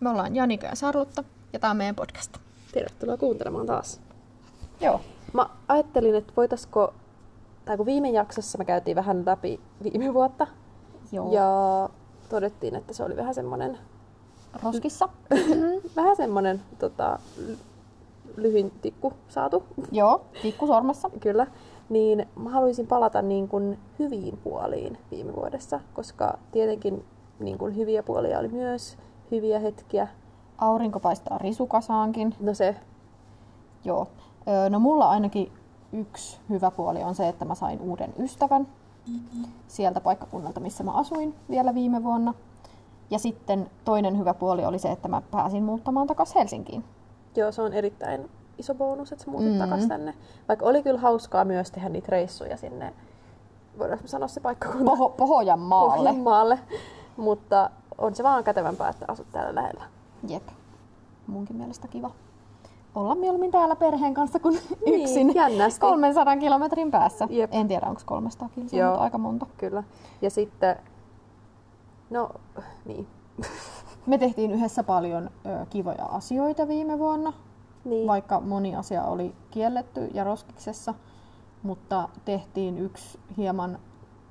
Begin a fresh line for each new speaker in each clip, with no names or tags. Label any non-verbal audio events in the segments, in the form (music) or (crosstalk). Me ollaan Janika ja Sarlutta ja tämä on meidän podcast.
Tervetuloa kuuntelemaan taas.
Joo.
Mä ajattelin, että voitaisko, tai kun viime jaksossa me käytiin vähän läpi viime vuotta,
Joo. Ja
ja todettiin, että se oli vähän semmonen,
roskissa.
vähän semmonen tota, ly- lyhyin tikku saatu,
(laughs) Joo, tikku sormessa.
kyllä. Niin mä haluaisin palata niin kuin hyviin puoliin viime vuodessa, koska tietenkin niin kuin hyviä puolia oli myös, hyviä hetkiä.
Aurinko paistaa risukasaankin.
No se,
Joo. Öö, No mulla ainakin yksi hyvä puoli on se, että mä sain uuden ystävän Mm-hmm. sieltä paikkakunnalta, missä mä asuin vielä viime vuonna. Ja sitten toinen hyvä puoli oli se, että mä pääsin muuttamaan takaisin Helsinkiin.
Joo, se on erittäin iso bonus, että sä muutit
Mm.
mm. takaisin tänne. Vaikka oli kyllä hauskaa myös tehdä niitä reissuja sinne, voidaanko sanoa se paikkakunta?
Poho, Pohjanmaalle.
(laughs) Pohjanmaalle. Mutta on se vaan kätevämpää, että asut täällä lähellä.
Jep. Munkin mielestä kiva olla mieluummin täällä perheen kanssa kuin niin, yksin
jännästi.
300 kilometrin päässä.
Jep.
En tiedä, onko 300 kilsaa,
Joo.
mutta aika monta.
Kyllä. Ja sitten, no niin.
Me tehtiin yhdessä paljon ö, kivoja asioita viime vuonna,
niin.
vaikka moni asia oli kielletty ja roskiksessa, mutta tehtiin yksi hieman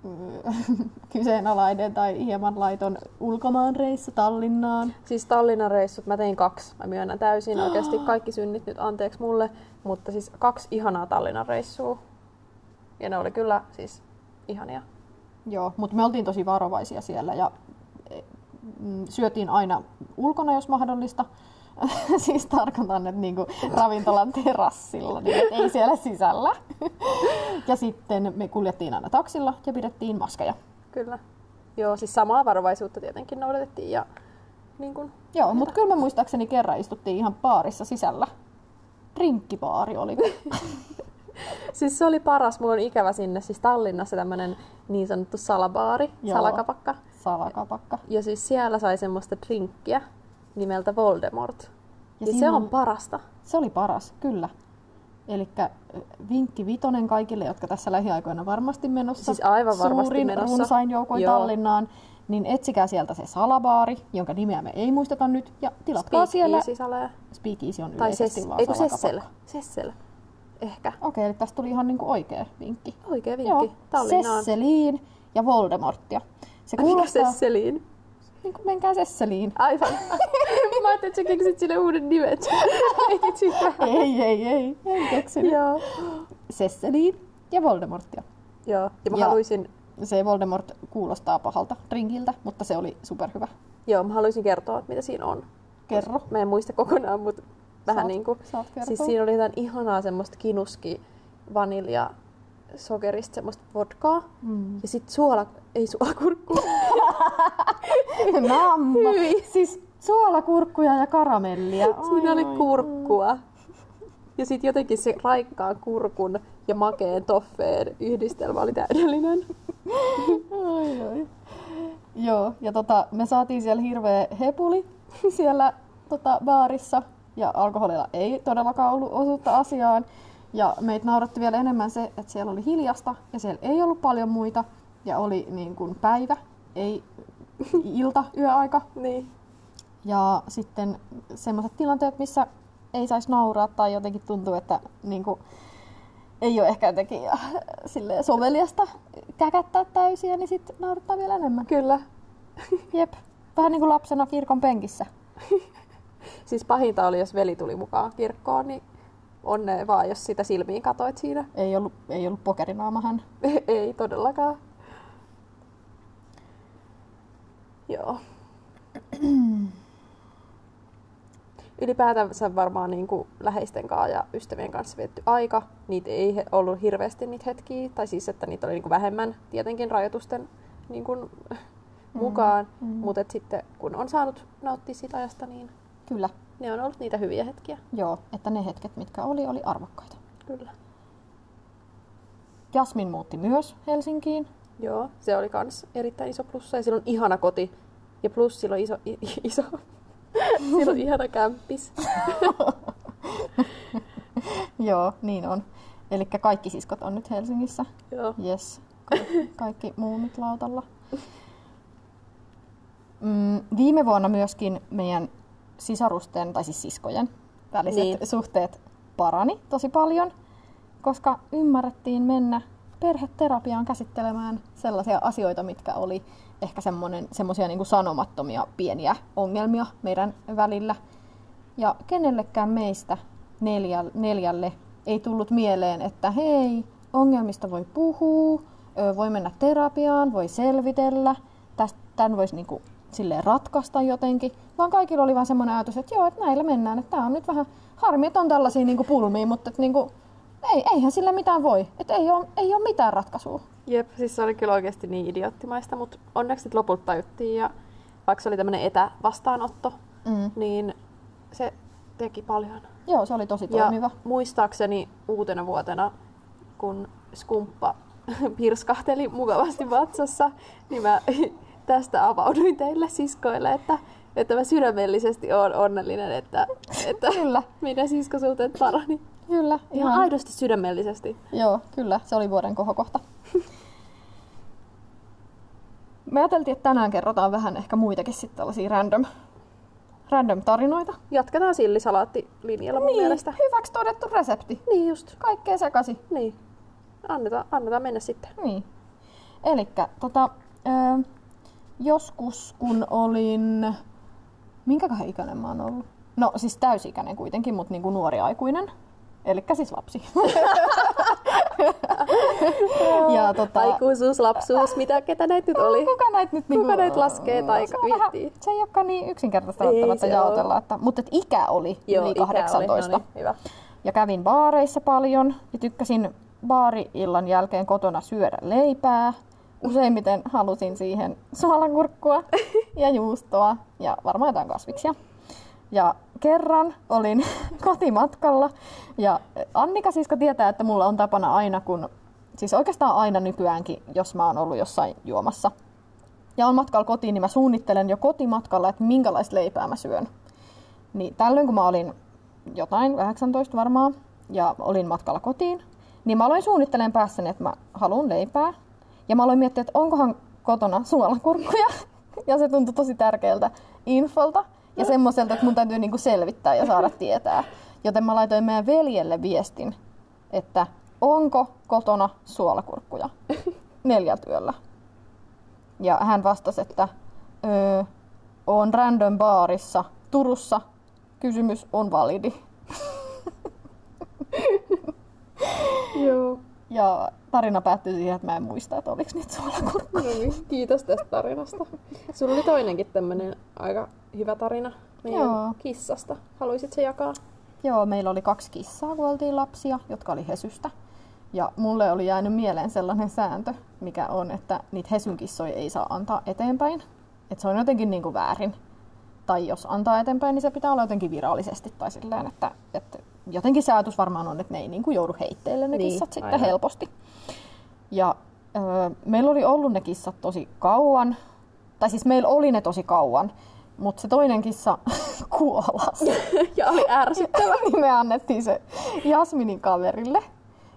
ö, (laughs) kyseenalainen tai hieman laiton ulkomaanreissu Tallinnaan.
Siis Tallinnan reissut mä tein kaksi. Mä myönnän täysin oikeasti kaikki synnit nyt anteeksi mulle. Mutta siis kaksi ihanaa Tallinnan reissua. Ja ne oli kyllä siis ihania.
Joo, mutta me oltiin tosi varovaisia siellä ja mm, syötiin aina ulkona, jos mahdollista. (laughs) siis tarkoitan, että niinku ravintolan terassilla, niin et ei siellä sisällä. ja sitten me kuljettiin aina taksilla ja pidettiin maskeja.
Kyllä. Joo, siis samaa varovaisuutta tietenkin noudatettiin ja niin kun,
Joo, mutta kyllä me muistaakseni kerran istuttiin ihan baarissa sisällä. Drinkkibaari oli.
siis se oli paras, mulla on ikävä sinne, siis Tallinnassa tämmönen niin sanottu salabaari,
Joo.
Joo. salakapakka.
Salakapakka.
Ja siis siellä sai semmoista drinkkiä nimeltä Voldemort. Ja, ja se
siinä
on parasta.
Se oli paras, kyllä. Eli vinkki vitonen kaikille, jotka tässä lähiaikoina varmasti menossa.
Siis aivan varmasti
Suurin
menossa.
runsain joukoin
Joo.
Tallinnaan. Niin etsikää sieltä se salabaari, jonka nimeä me ei muisteta nyt. Ja tilatkaa
Speak
siellä.
easy salee.
Speakeasy on
Tai
yleisesti
ses,
vaan
eiku
salakapakka.
Sessel. Sessel. Ehkä.
Okei, eli tästä tuli ihan niinku oikea vinkki.
Oikea vinkki. Tallinnaan.
Sesseliin ja Voldemorttia. Se
Mikä
kuulostaa,
Sesseliin?
niin kuin menkää Sesseliin. (laughs)
Aivan. Mä ajattelin, että sä keksit sille uuden nimet. Heitit sitä.
ei, ei, ei, en keksinyt.
Joo.
Sesseliin ja Voldemorttia.
Joo. Ja mä
Ja-
haluaisin
Se Voldemort kuulostaa pahalta drinkiltä, mutta se oli superhyvä.
Joo, mä haluaisin kertoa, että mitä siinä on.
Kerro.
Mä en muista kokonaan, mutta vähän
Saat-
niin kuin...
saat kertoa.
Siis siinä oli jotain ihanaa semmoista kinuski vanilja sokerista semmoista vodkaa.
Mm. (laughs)
Ja sit suola... Ei suolakurkku.
Namma.
Hyi.
Siis suolakurkkuja ja (laughs) karamellia.
siinä
Ai,
oli
ai.
kurkkua. Ja sit jotenkin se raikkaan kurkun ja makeen toffeen yhdistelmä oli täydellinen.
Ai, ai. Joo, ja tota, me saatiin siellä hirveä hepuli (laughs) siellä tota, baarissa. Ja alkoholilla ei todellakaan ollut osuutta asiaan. Ja meitä nauratti vielä enemmän se, että siellä oli hiljasta ja siellä ei ollut paljon muita. Ja oli niin kuin päivä, (laughs) ei ilta, yöaika.
Niin.
Ja sitten semmoiset tilanteet, missä ei saisi nauraa tai jotenkin tuntuu, että niin kuin, ei ole ehkä jotenkin (laughs) äh, silleen soveliasta käkättää täysiä, niin sitten naurattaa vielä
(laughs)
enemmän.
Kyllä.
Jep. Vähän niin kuin lapsena kirkon penkissä.
Siis pahinta oli, jos veli tuli mukaan kirkkoon, niin onne vaan, jos sitä silmiin katoit siinä.
Ei ollut, ei ollut pokerinaama hän.
(laughs) Ei todellakaan. Joo. (clears throat) Ylipäätänsä varmaan niin kuin läheisten kanssa ja ystävien kanssa vietty aika. Niitä ei he- ollut hirveästi niitä hetkiä, tai siis että niitä oli niin kuin vähemmän tietenkin rajoitusten niin kuin, (laughs) mukaan. Mm. Mutta et sitten kun on saanut nauttia siitä ajasta, niin
Kyllä.
ne on ollut niitä hyviä hetkiä.
Joo, että ne hetket, mitkä oli, oli arvokkaita.
Kyllä.
Jasmin muutti myös Helsinkiin. (laughs)
Joo, se oli kans erittäin iso plussa. Ja sillä on ihana koti. Ja plus sillä on iso... I, i- iso. (laughs) sillä on ihana kämppis.
Joo, niin on. Eli kaikki siskot on nyt Helsingissä.
Joo.
Yes, kaikki, kaikki muumit lautalla. Mm, viime vuonna myöskin meidän sisarusten, tai siis siskojen, väliset
Niin.
niin. suhteet parani tosi paljon, koska ymmärrettiin mennä perheterapiaan käsittelemään sellaisia asioita, mitkä oli ehkä semmonen- semmoisia niin sanomattomia pieniä ongelmia meidän välillä. Ja kenellekään meistä neljä, neljälle ei tullut mieleen, että hei, ongelmista voi puhua, ö, voi mennä terapiaan, voi selvitellä, täst- tämän voisi niinku silleen ratkaista jotenkin, vaan kaikilla oli vaan semmoinen ajatus, että joo, että näillä mennään, että tämä on nyt vähän harmi, että on tällaisia niinku pulmia, mutta et niinku, ei, eihän sillä mitään voi, että ei ole ei oo mitään ratkaisua.
Jep, siis se oli kyllä oikeasti niin idioottimaista, mutta onneksi sitten lopulta tajuttiin ja vaikka se oli tämmöinen etävastaanotto,
Mm.
niin se teki paljon.
Joo, se oli tosi
Ja
toimiva.
muistaakseni uutena vuotena, kun skumppa (laughs) pirskahteli mukavasti vatsassa, niin mä (laughs) tästä avauduin teille siskoille, että, että mä sydämellisesti oon onnellinen, että,
(laughs)
että
Kyllä,
meidän siskosuhteet parani.
kyllä.
Ihan aidosti sydämellisesti.
Joo, kyllä, se oli vuoden
(laughs)
kohokohta. Me ajateltiin, että tänään kerrotaan vähän ehkä muitakin sitten tällaisia random, random tarinoita. Niin,
Jatketaan sillisalaattilinjalla mun mielestä.
hyväksi todettu resepti.
Niin just.
Kaikkea sekasi.
Niin. Annetaan, annetaan mennä sitten.
Niin. Elikkä tota, ö, joskus kun olin, minkäköhän ikäinen mä oon ollut? No siis täysikäinen kuitenkin, mutta niinku nuori aikuinen. Elikkä siis lapsi. ja tota, Niin,
Aikuisuus, lapsuus, mitä, ketä näitä nyt oli?
(laughs) Kuka näitä nyt
Kuka näitä laskee tai
se, on vähän-
viittii?
se ei olekaan niin yksinkertaista
Ei
välttämättä
se
jaotella. Että, mutta et ikä oli Joo, yli
ikä oli.
18.
No niin, hyvä.
Ja kävin baareissa paljon ja tykkäsin baariillan jälkeen kotona syödä leipää. Useimmiten halusin siihen suolankurkkua ja juustoa ja varmaan jotain kasviksia. Ja kerran olin (laughs) kotimatkalla ja Annika sisko tietää, että mulla on tapana aina kun, siis oikeastaan aina nykyäänkin, jos mä oon ollut jossain juomassa ja on matkalla kotiin, niin mä suunnittelen jo kotimatkalla, että minkälaista leipää mä syön. Niin tällöin kun mä olin jotain, 18 varmaan, ja olin matkalla kotiin, niin mä aloin suunnittelemaan päässäni, että mä haluan leipää. Ja mä aloin miettiä, että onkohan kotona suolakurkkuja. (laughs) Ja se tuntui tosi tärkeältä infolta ja semmoiselta, että mun täytyy niinku selvittää ja saada tietää. Joten mä laitoin meidän veljelle viestin, että onko kotona suolakurkkuja neljätyöllä. Ja hän vastasi, että öö, on random baarissa Turussa. Kysymys on validi.
Joo.
Ja tarina päättyi siihen, että mä en muista, että oliko niitä suolakurkkuja.
No niin, kiitos tästä tarinasta. Sulla oli toinenkin tämmönen aika hyvä tarina meidän
Joo.
kissasta. Haluaisitko jakaa? (laughs)
Joo, meillä oli kaksi kissaa, kun oltiin lapsia, jotka oli hesystä. Ja mulle oli jäänyt mieleen sellainen sääntö, mikä on, että niitä hesyn kissoja ei saa antaa eteenpäin. Että se on jotenkin niin kuin väärin. Tai jos antaa eteenpäin, niin se pitää olla jotenkin virallisesti tai silleen, että, että jotenkin se ajatus varmaan on, että ne ei niin kuin joudu heitteille ne
Niin,
niin, kissat sitten
aivan.
helposti. Ja öö, meillä oli ollut ne kissat tosi kauan, tai siis meillä oli ne tosi kauan, mutta se toinen kissa (laughs) kuolasi.
ja oli ärsyt.
Tämä (laughs) niin me annettiin se Jasminin kaverille.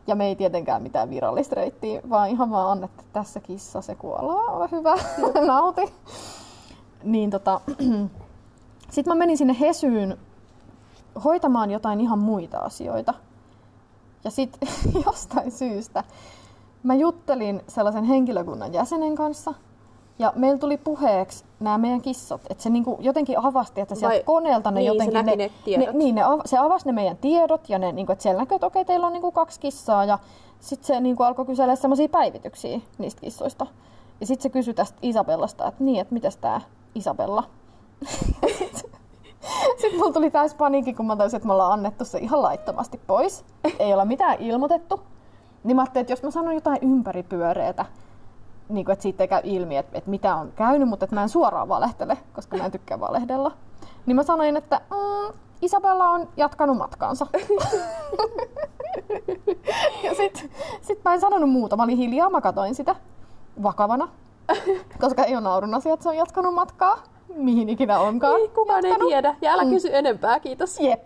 Ja me ei tietenkään mitään virallista reittiä, vaan ihan vaan annettiin, että tässä kissa se kuolaa, ole hyvä, (laughs) nauti. Niin tota, (clears throat) sitten mä menin sinne Hesyyn hoitamaan jotain ihan muita asioita. Ja sitten (laughs) jostain syystä mä juttelin sellaisen henkilökunnan jäsenen kanssa, ja meillä tuli puheeksi nämä meidän kissat, että se niinku jotenkin avasti, että sieltä
Vai-
koneelta ne
niin, se
jotenkin...
näki ne tiedot.
niin, ne av- se avasi ne meidän tiedot ja ne, niinku, että siellä näkyy, että okei, teillä on niinku kaksi kissaa ja sitten se niinku, alkoi kysellä semmoisia päivityksiä niistä kissoista. Ja sitten se kysyi tästä Isabellasta, että niin, että mitäs tämä Isabella? (laughs) Sitten mulla tuli täys paniikki, kun mä tajusin, että me ollaan annettu se ihan laittomasti pois. Ei olla mitään ilmoitettu. Niin mä ajattelin, että jos mä sanon jotain ympäripyöreitä, niin kuin, että siitä ei käy ilmi, että, että mitä on käynyt, mutta että mä en suoraan valehtele, koska mä en tykkää valehdella. Niin mä sanoin, että mm, Isabella on jatkanut
(laughs)
matkaansa. ja sit, sit mä en sanonut muuta, mä olin hiljaa, mä katoin sitä vakavana, koska ei ole naurun asia, että se on jatkanut matkaa, mihin ikinä onkaan.
Ei, kukaan ei
jatkanut.
tiedä. Ja älä kysy enempää, kiitos.
Jep.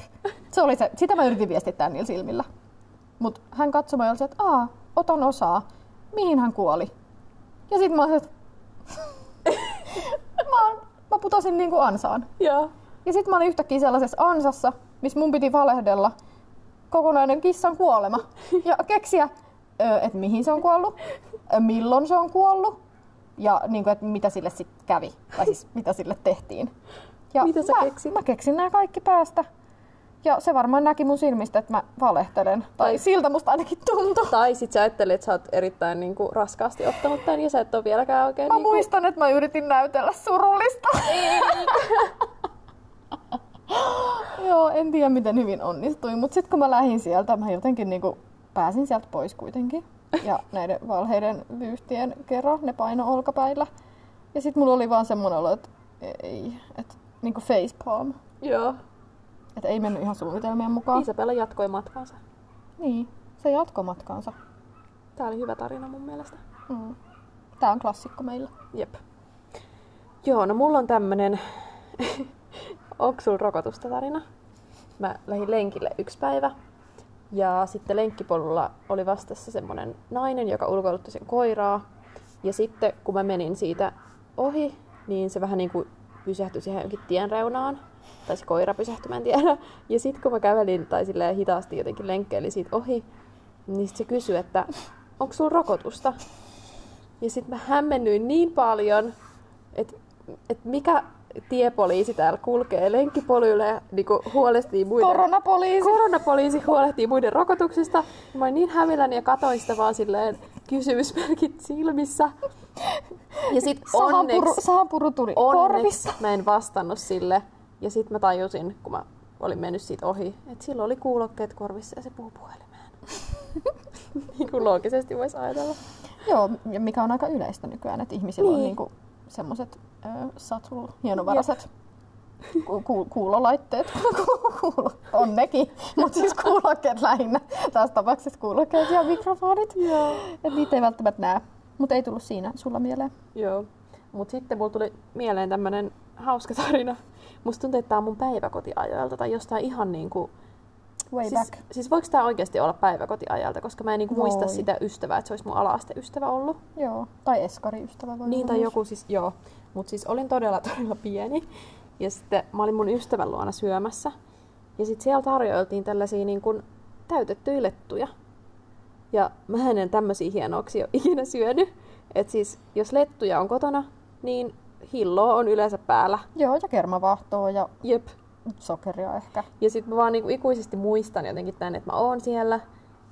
Se oli se. Sitä mä yritin viestittää niillä silmillä. Mut hän katsoi mua ja oli se, että aa, otan osaa. Mihin hän kuoli? Ja (laughs) sit mä olin se, että mä, oon- mä putosin niinku ansaan.
Joo.
Ja sitten mä olin yhtäkkiä sellaisessa ansassa, missä mun piti valehdella kokonainen kissan kuolema. Ja keksiä, että mihin se on kuollut, ö, milloin se on kuollut ja niin kuin, että mitä sille sitten kävi. Tai siis mitä sille tehtiin. Ja
Mitä sä
mä,
keksit?
Mä keksin nämä kaikki päästä. Ja se varmaan näki mun silmistä, että mä valehtelen. Tai
Tai-
siltä musta ainakin tuntui.
Tai sit sä ajattelit, että sä oot erittäin niin kuin, raskaasti ottanut tämän ja sä et ole vieläkään oikein...
Mä
niin kuin,
muistan, että mä yritin näytellä surullista. (laughs) Joo, en tiedä miten hyvin onnistui, mutta sitten kun mä lähdin sieltä, mä jotenkin niinku pääsin sieltä pois kuitenkin. Ja (laughs) näiden valheiden vyyhtien kerran ne paino olkapäillä. Ja sitten mulla oli vaan semmoinen olo, että ei, että niinku facepalm.
Joo.
Että ei mennyt ihan suunnitelmien mukaan.
Isabella jatkoi matkaansa.
Niin, se jatkoi matkaansa.
Tää oli hyvä tarina mun mielestä.
Mm. Tää on klassikko meillä.
Jep. Joo, no mulla on tämmönen... (laughs) Onko sulla rokotusta tarina? Mä lähdin lenkille yksi päivä. Ja sitten lenkkipolulla oli vastassa semmonen nainen, joka ulkoilutti sen koiraa. Ja sitten kun mä menin siitä ohi, niin se vähän niin kuin pysähtyi siihen jonkin tien reunaan. Tai se koira pysähtyi, mä en tiedä. Ja sitten kun mä kävelin tai silleen hitaasti jotenkin lenkkeilin siitä ohi, niin sit se kysyi, että onko sulla rokotusta? Ja sitten mä hämmennyin niin paljon, että et mikä tiepoliisi täällä kulkee lenkkipoluilla ja niinku huolestii muiden...
Koronapoliisi!
Koronapoliisi huolehtii muiden rokotuksista. Ja Mä olin niin hämilläni ja katoin sitä vaan silleen kysymysmerkit silmissä. Ja sit
Sahanpuru,
onneksi,
sahanpuru tuli
onneksi
korvista.
mä en vastannut sille. Ja sit mä tajusin, kun mä olin mennyt siitä ohi, että sillä oli kuulokkeet korvissa ja se puhuu puhelimeen. niin kuin loogisesti voisi ajatella.
Joo, ja mikä on aika yleistä nykyään, että ihmisillä niin. on
Niin.
niinku semmoiset satul, hienovaraiset ku- ku- kuulolaitteet. (laughs) Kuulo. on nekin, mutta siis kuulokkeet lähinnä. Tässä tapauksessa kuulokkeet ja mikrofonit.
Joo.
Et niitä ei välttämättä näe, mutta ei tullut siinä sulla mieleen.
Joo. Mut sitten mulla tuli mieleen tämmönen hauska tarina. Musta tuntuu, että tää on mun päiväkotiajoilta tai jostain ihan niinku
Way
siis,
back.
siis voiko tämä oikeasti olla päiväkotiajalta, koska mä en niinku muista
Voi.
sitä ystävää, että se olisi mun ala-asteystävä ollut.
Joo, tai eskariystävä voi
Niin
olla
tai
myös.
joku siis, joo. Mutta siis olin todella (laughs) todella pieni. Ja sitten mä olin mun ystävän luona syömässä. Ja sitten siellä tarjoiltiin tällaisia niin kuin täytettyjä lettuja. Ja mä en tämmöisiä hienouksia ole (laughs) ikinä syönyt. Et siis jos lettuja on kotona, niin hilloa on yleensä päällä.
Joo, ja kermavahtoa ja
Jep.
sokeria ehkä.
Ja sitten mä vaan niinku ikuisesti muistan jotenkin tän, että mä oon siellä.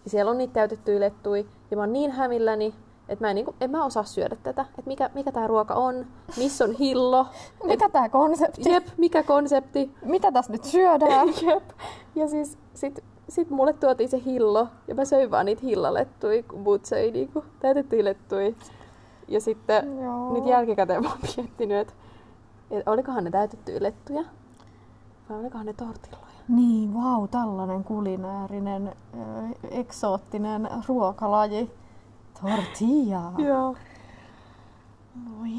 Ja siellä on niitä täytettyjä lettuja. Ja mä oon niin hämilläni, että mä en, niinku, en mä osaa syödä tätä. Että mikä, mikä tää ruoka on, missä on hillo.
Mikä tämä konsepti?
Jep, mikä konsepti.
Mitä tässä nyt syödään?
Jep. Ja siis sit, sit mulle tuotiin se hillo. Ja mä söin vaan niitä hillalettuja, kun muut söi niinku täytettyjä lettuja. (laughs) Ja sitten
Joo.
nyt jälkikäteen mä oon miettinyt, että, että olikohan ne täytettyjä lettuja. Vai olikohan ne tortilloja.
Niin, vau, wow, tällainen kulinäärinen, ö, eksoottinen ruokalaji. Tortilla.
Joo.
Voi.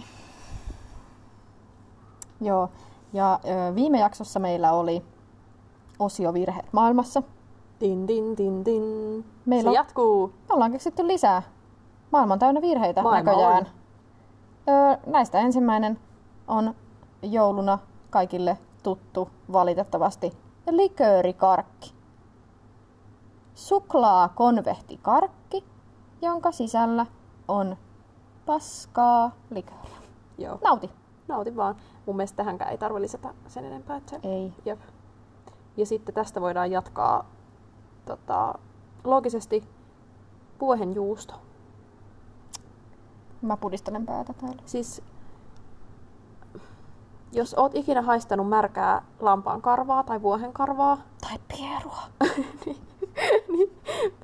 Joo, ja ö, viime jaksossa meillä oli osio virheet maailmassa.
Din, din, din, din.
Meillä
Meillä
on-
se jatkuu.
Me ollaan keksitty lisää. Maailma on täynnä virheitä
Maailma
näköjään. Ö, näistä ensimmäinen on jouluna kaikille tuttu valitettavasti liköörikarkki. Suklaa konvehtikarkki, jonka sisällä on paskaa likööriä.
Joo.
Nauti.
Nautin vaan. Mun mielestä tähänkään ei tarvi lisätä sen enempää. Että se...
Ei.
Jep. Ja sitten tästä voidaan jatkaa tota, loogisesti vuohenjuusto.
Mä pudistelen päätä täällä.
Siis jos oot ikinä haistanut märkää lampaan karvaa tai vuohen karvaa,
Tai pierua.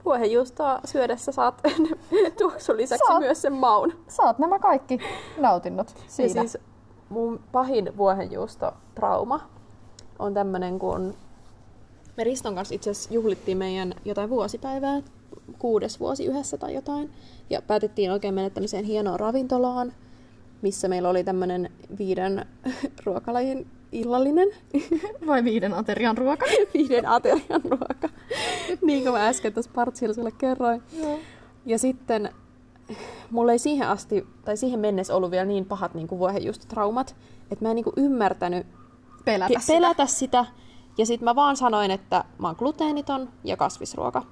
vuohenjuustoa syödessä saat (laughs) tuoksun lisäksi
Saat-
myös sen maun.
Saat nämä kaikki nautinnot
Ja
siinä.
siis mun pahin vuohenjuustotrauma on tämmönen, kun me Riston kanssa itse asiassa juhlittiin meidän jotain vuosipäivää, kuudes vuosi yhdessä tai jotain, ja päätettiin oikein mennä tämmöiseen hienoon ravintolaan, missä meillä oli tämmönen viiden (laughs) ruokalajin illallinen, (laughs)
Vai viiden aterian ruoka.
viiden aterian ruoka, niin kuin mä äsken tuossa partsilla sulle kerroin.
Joo.
Ja sitten mulla ei siihen asti, tai siihen mennessä ollut vielä niin pahat niin kuin vuohenjuustotraumat, että mä en niin kuin ymmärtänyt
Pelätä
pe-
sitä.
pelätä sitä. Ja sitten mä vaan sanoin, että mä oon gluteeniton ja kasvisruoka.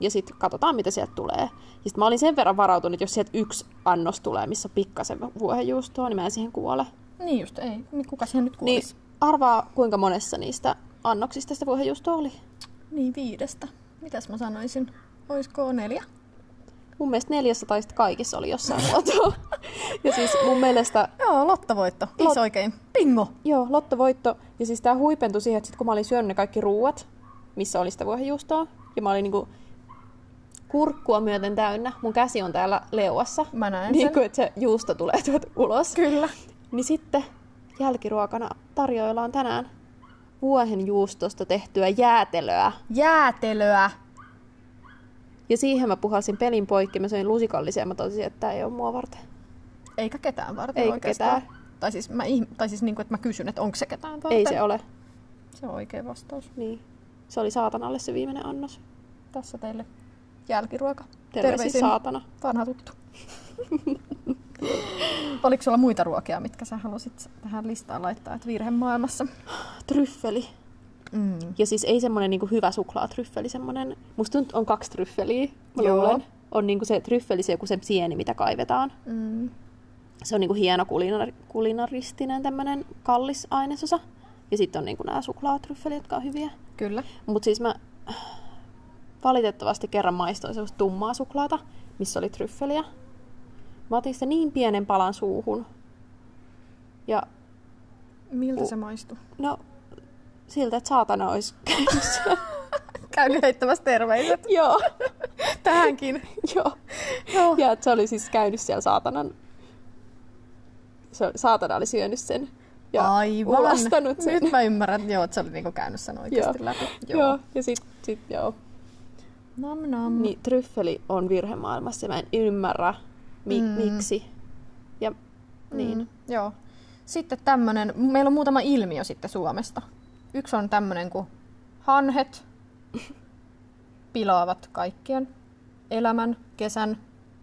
Ja sitten katsotaan, mitä sieltä tulee. Ja sitten mä olin sen verran varautunut, että jos sieltä yksi annos tulee, missä on pikkasen vuohenjuustoa, niin mä en siihen kuole.
Niin just, ei. Niin kuka siihen nyt
Niin
kuulisi?
arvaa, kuinka monessa niistä annoksista sitä vuohenjuustoa oli.
Niin. niin viidestä. Mitäs mä sanoisin? Oisko neljä?
Mun mielestä neljässä tai sitten kaikissa oli jossain (laughs) muotoa. ja siis mun mielestä
Joo, Lotta-voitto. Lot...
Lot-
oikein. Bingo!
Joo, lottovoitto. Ja siis tämä huipentui siihen, että sit kun mä olin syönyt ne kaikki ruuat, missä oli sitä vuohenjuustoa, ja mä olin niinku kurkkua myöten täynnä, mun käsi on täällä leuassa,
Mä näen sen.
niin kuin, että se juusto tulee tuolta ulos.
Kyllä.
Niin sitten jälkiruokana tarjoillaan tänään vuohenjuustosta tehtyä jäätelöä.
Jäätelöä.
Ja siihen mä puhalsin pelin poikki, mä söin lusikallisia ja mä totesin, että tämä ei ole mua varten.
Eikä ketään varten
Eikä
oikeastaan.
ketään.
Tai siis, mä, ihm- tai siis niin kuin, että mä kysyn, että onko se ketään varten.
Ei se ole.
Se on oikea vastaus.
Niin. Se oli saatanalle se viimeinen annos.
Tässä teille jälkiruoka. (gasps)
Terveisin saatana.
Vanha tuttu. (laughs) Oliko sulla muita ruokia, mitkä sä halusit tähän listaan laittaa, että virhe maailmassa?
Tryffeli.
Mm.
Ja siis ei semmoinen niinku hyvä suklaatryffeli, semmoinen... Musta nyt on kaksi tryffeliä, mä
Joo.
luulen. On niinku se tryffeli, se joku se sieni, mitä kaivetaan.
Mm.
Se on niinku hieno kulinar- kulinaristinen tämmönen kallis ainesosa. Ja sitten on niinku nämä suklaatryffelit, jotka on hyviä.
Kyllä.
Mut siis mä valitettavasti kerran maistoin semmoista tummaa suklaata, missä oli tryffeliä. Mä otin sitä niin pienen palan suuhun. Ja
Miltä
U-
se maistuu?
no, siltä, että saatana (laughs) olisi käynnissä.
Käyn heittämässä terveiset
Joo,
tähänkin.
joo.
Joo.
Ja että se oli siis käynyt siellä saatanan... Se, saatana oli syönyt sen ja
Aivan.
ulastanut sen.
Nyt mä ymmärrän, joo, että se oli niinku käynyt sen oikeasti
Joo.
läpi.
(laughs) joo. joo. Ja sit, sit joo.
Nam nam.
Niin tryffeli on virhe maailmassa ja mä en ymmärrä mi-
Mm.
mm. miksi. Ja niin. Mm.
Joo. Sitten tämmönen, meillä on muutama ilmiö sitten Suomesta. Yksi on tämmönen kuin hanhet pilaavat kaikkien elämän, kesän,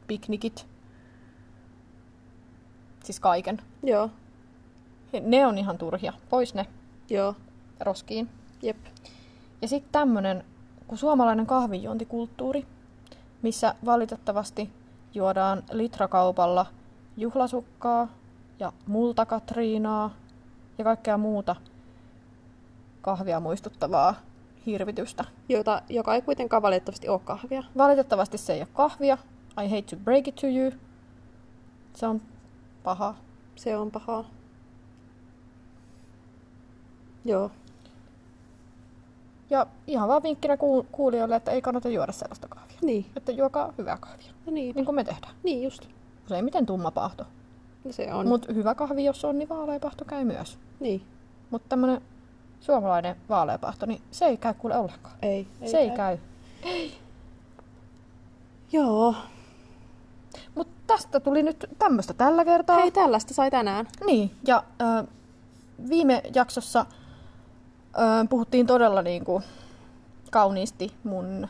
piknikit. Siis kaiken.
Joo.
He- Ne on ihan turhia. Pois ne
Joo.
roskiin.
Jep.
Ja sitten tämmönen, kun suomalainen kahvinjuontikulttuuri, missä valitettavasti juodaan litrakaupalla juhlasukkaa ja multakatriinaa ja kaikkea muuta kahvia muistuttavaa hirvitystä.
Jota, joka ei kuitenkaan valitettavasti ole kahvia.
Valitettavasti se ei ole kahvia. I hate to break it to you. Se on paha.
Se on pahaa. Joo.
Ja ihan vaan vinkkinä kuul- kuulijoille, että ei kannata juoda sellaista kahvia.
Niin.
Että juokaa hyvää kahvia,
No niin.
niin kuin me tehdään.
Niin just.
Useimmiten tumma paahto.
No Se on.
Mutta hyvä kahvi, jos on, niin vaaleapahto käy myös.
Niin.
Mutta tämmönen suomalainen vaaleapahto, niin se ei käy kuule ollenkaan.
Ei.
Ei se käy. ei käy.
Joo.
Mutta tästä tuli nyt tämmöistä tällä kertaa.
Hei, tällaista sai tänään.
Niin, ja ö, viime jaksossa ö, puhuttiin todella niin kuin, kauniisti mun,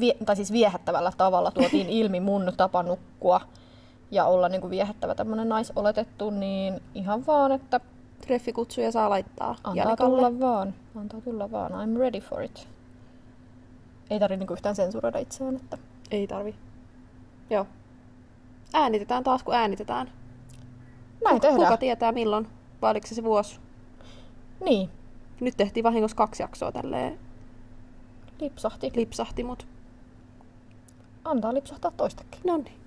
vie, tai siis viehättävällä tavalla tuotiin ilmi mun tapa nukkua ja olla niin kuin viehättävä tämmönen naisoletettu, niin ihan vaan, että
Treffikutsuja saa laittaa
Antaa
Janikalle.
tulla vaan. Antaa tulla vaan. I'm ready for it. Ei tarvitse niinku yhtään sensuroida itseään, että
Ei tarvi. Joo. Äänitetään taas, kun äänitetään.
näin tehdään.
Kuka tietää milloin, vai oliko se se vuosi?
niin,
Nyt tehtiin vahingossa kaksi jaksoa tälleen
lipsahti.
lipsahti, mut
Antaa lipsahtaa toistakin.
no niin.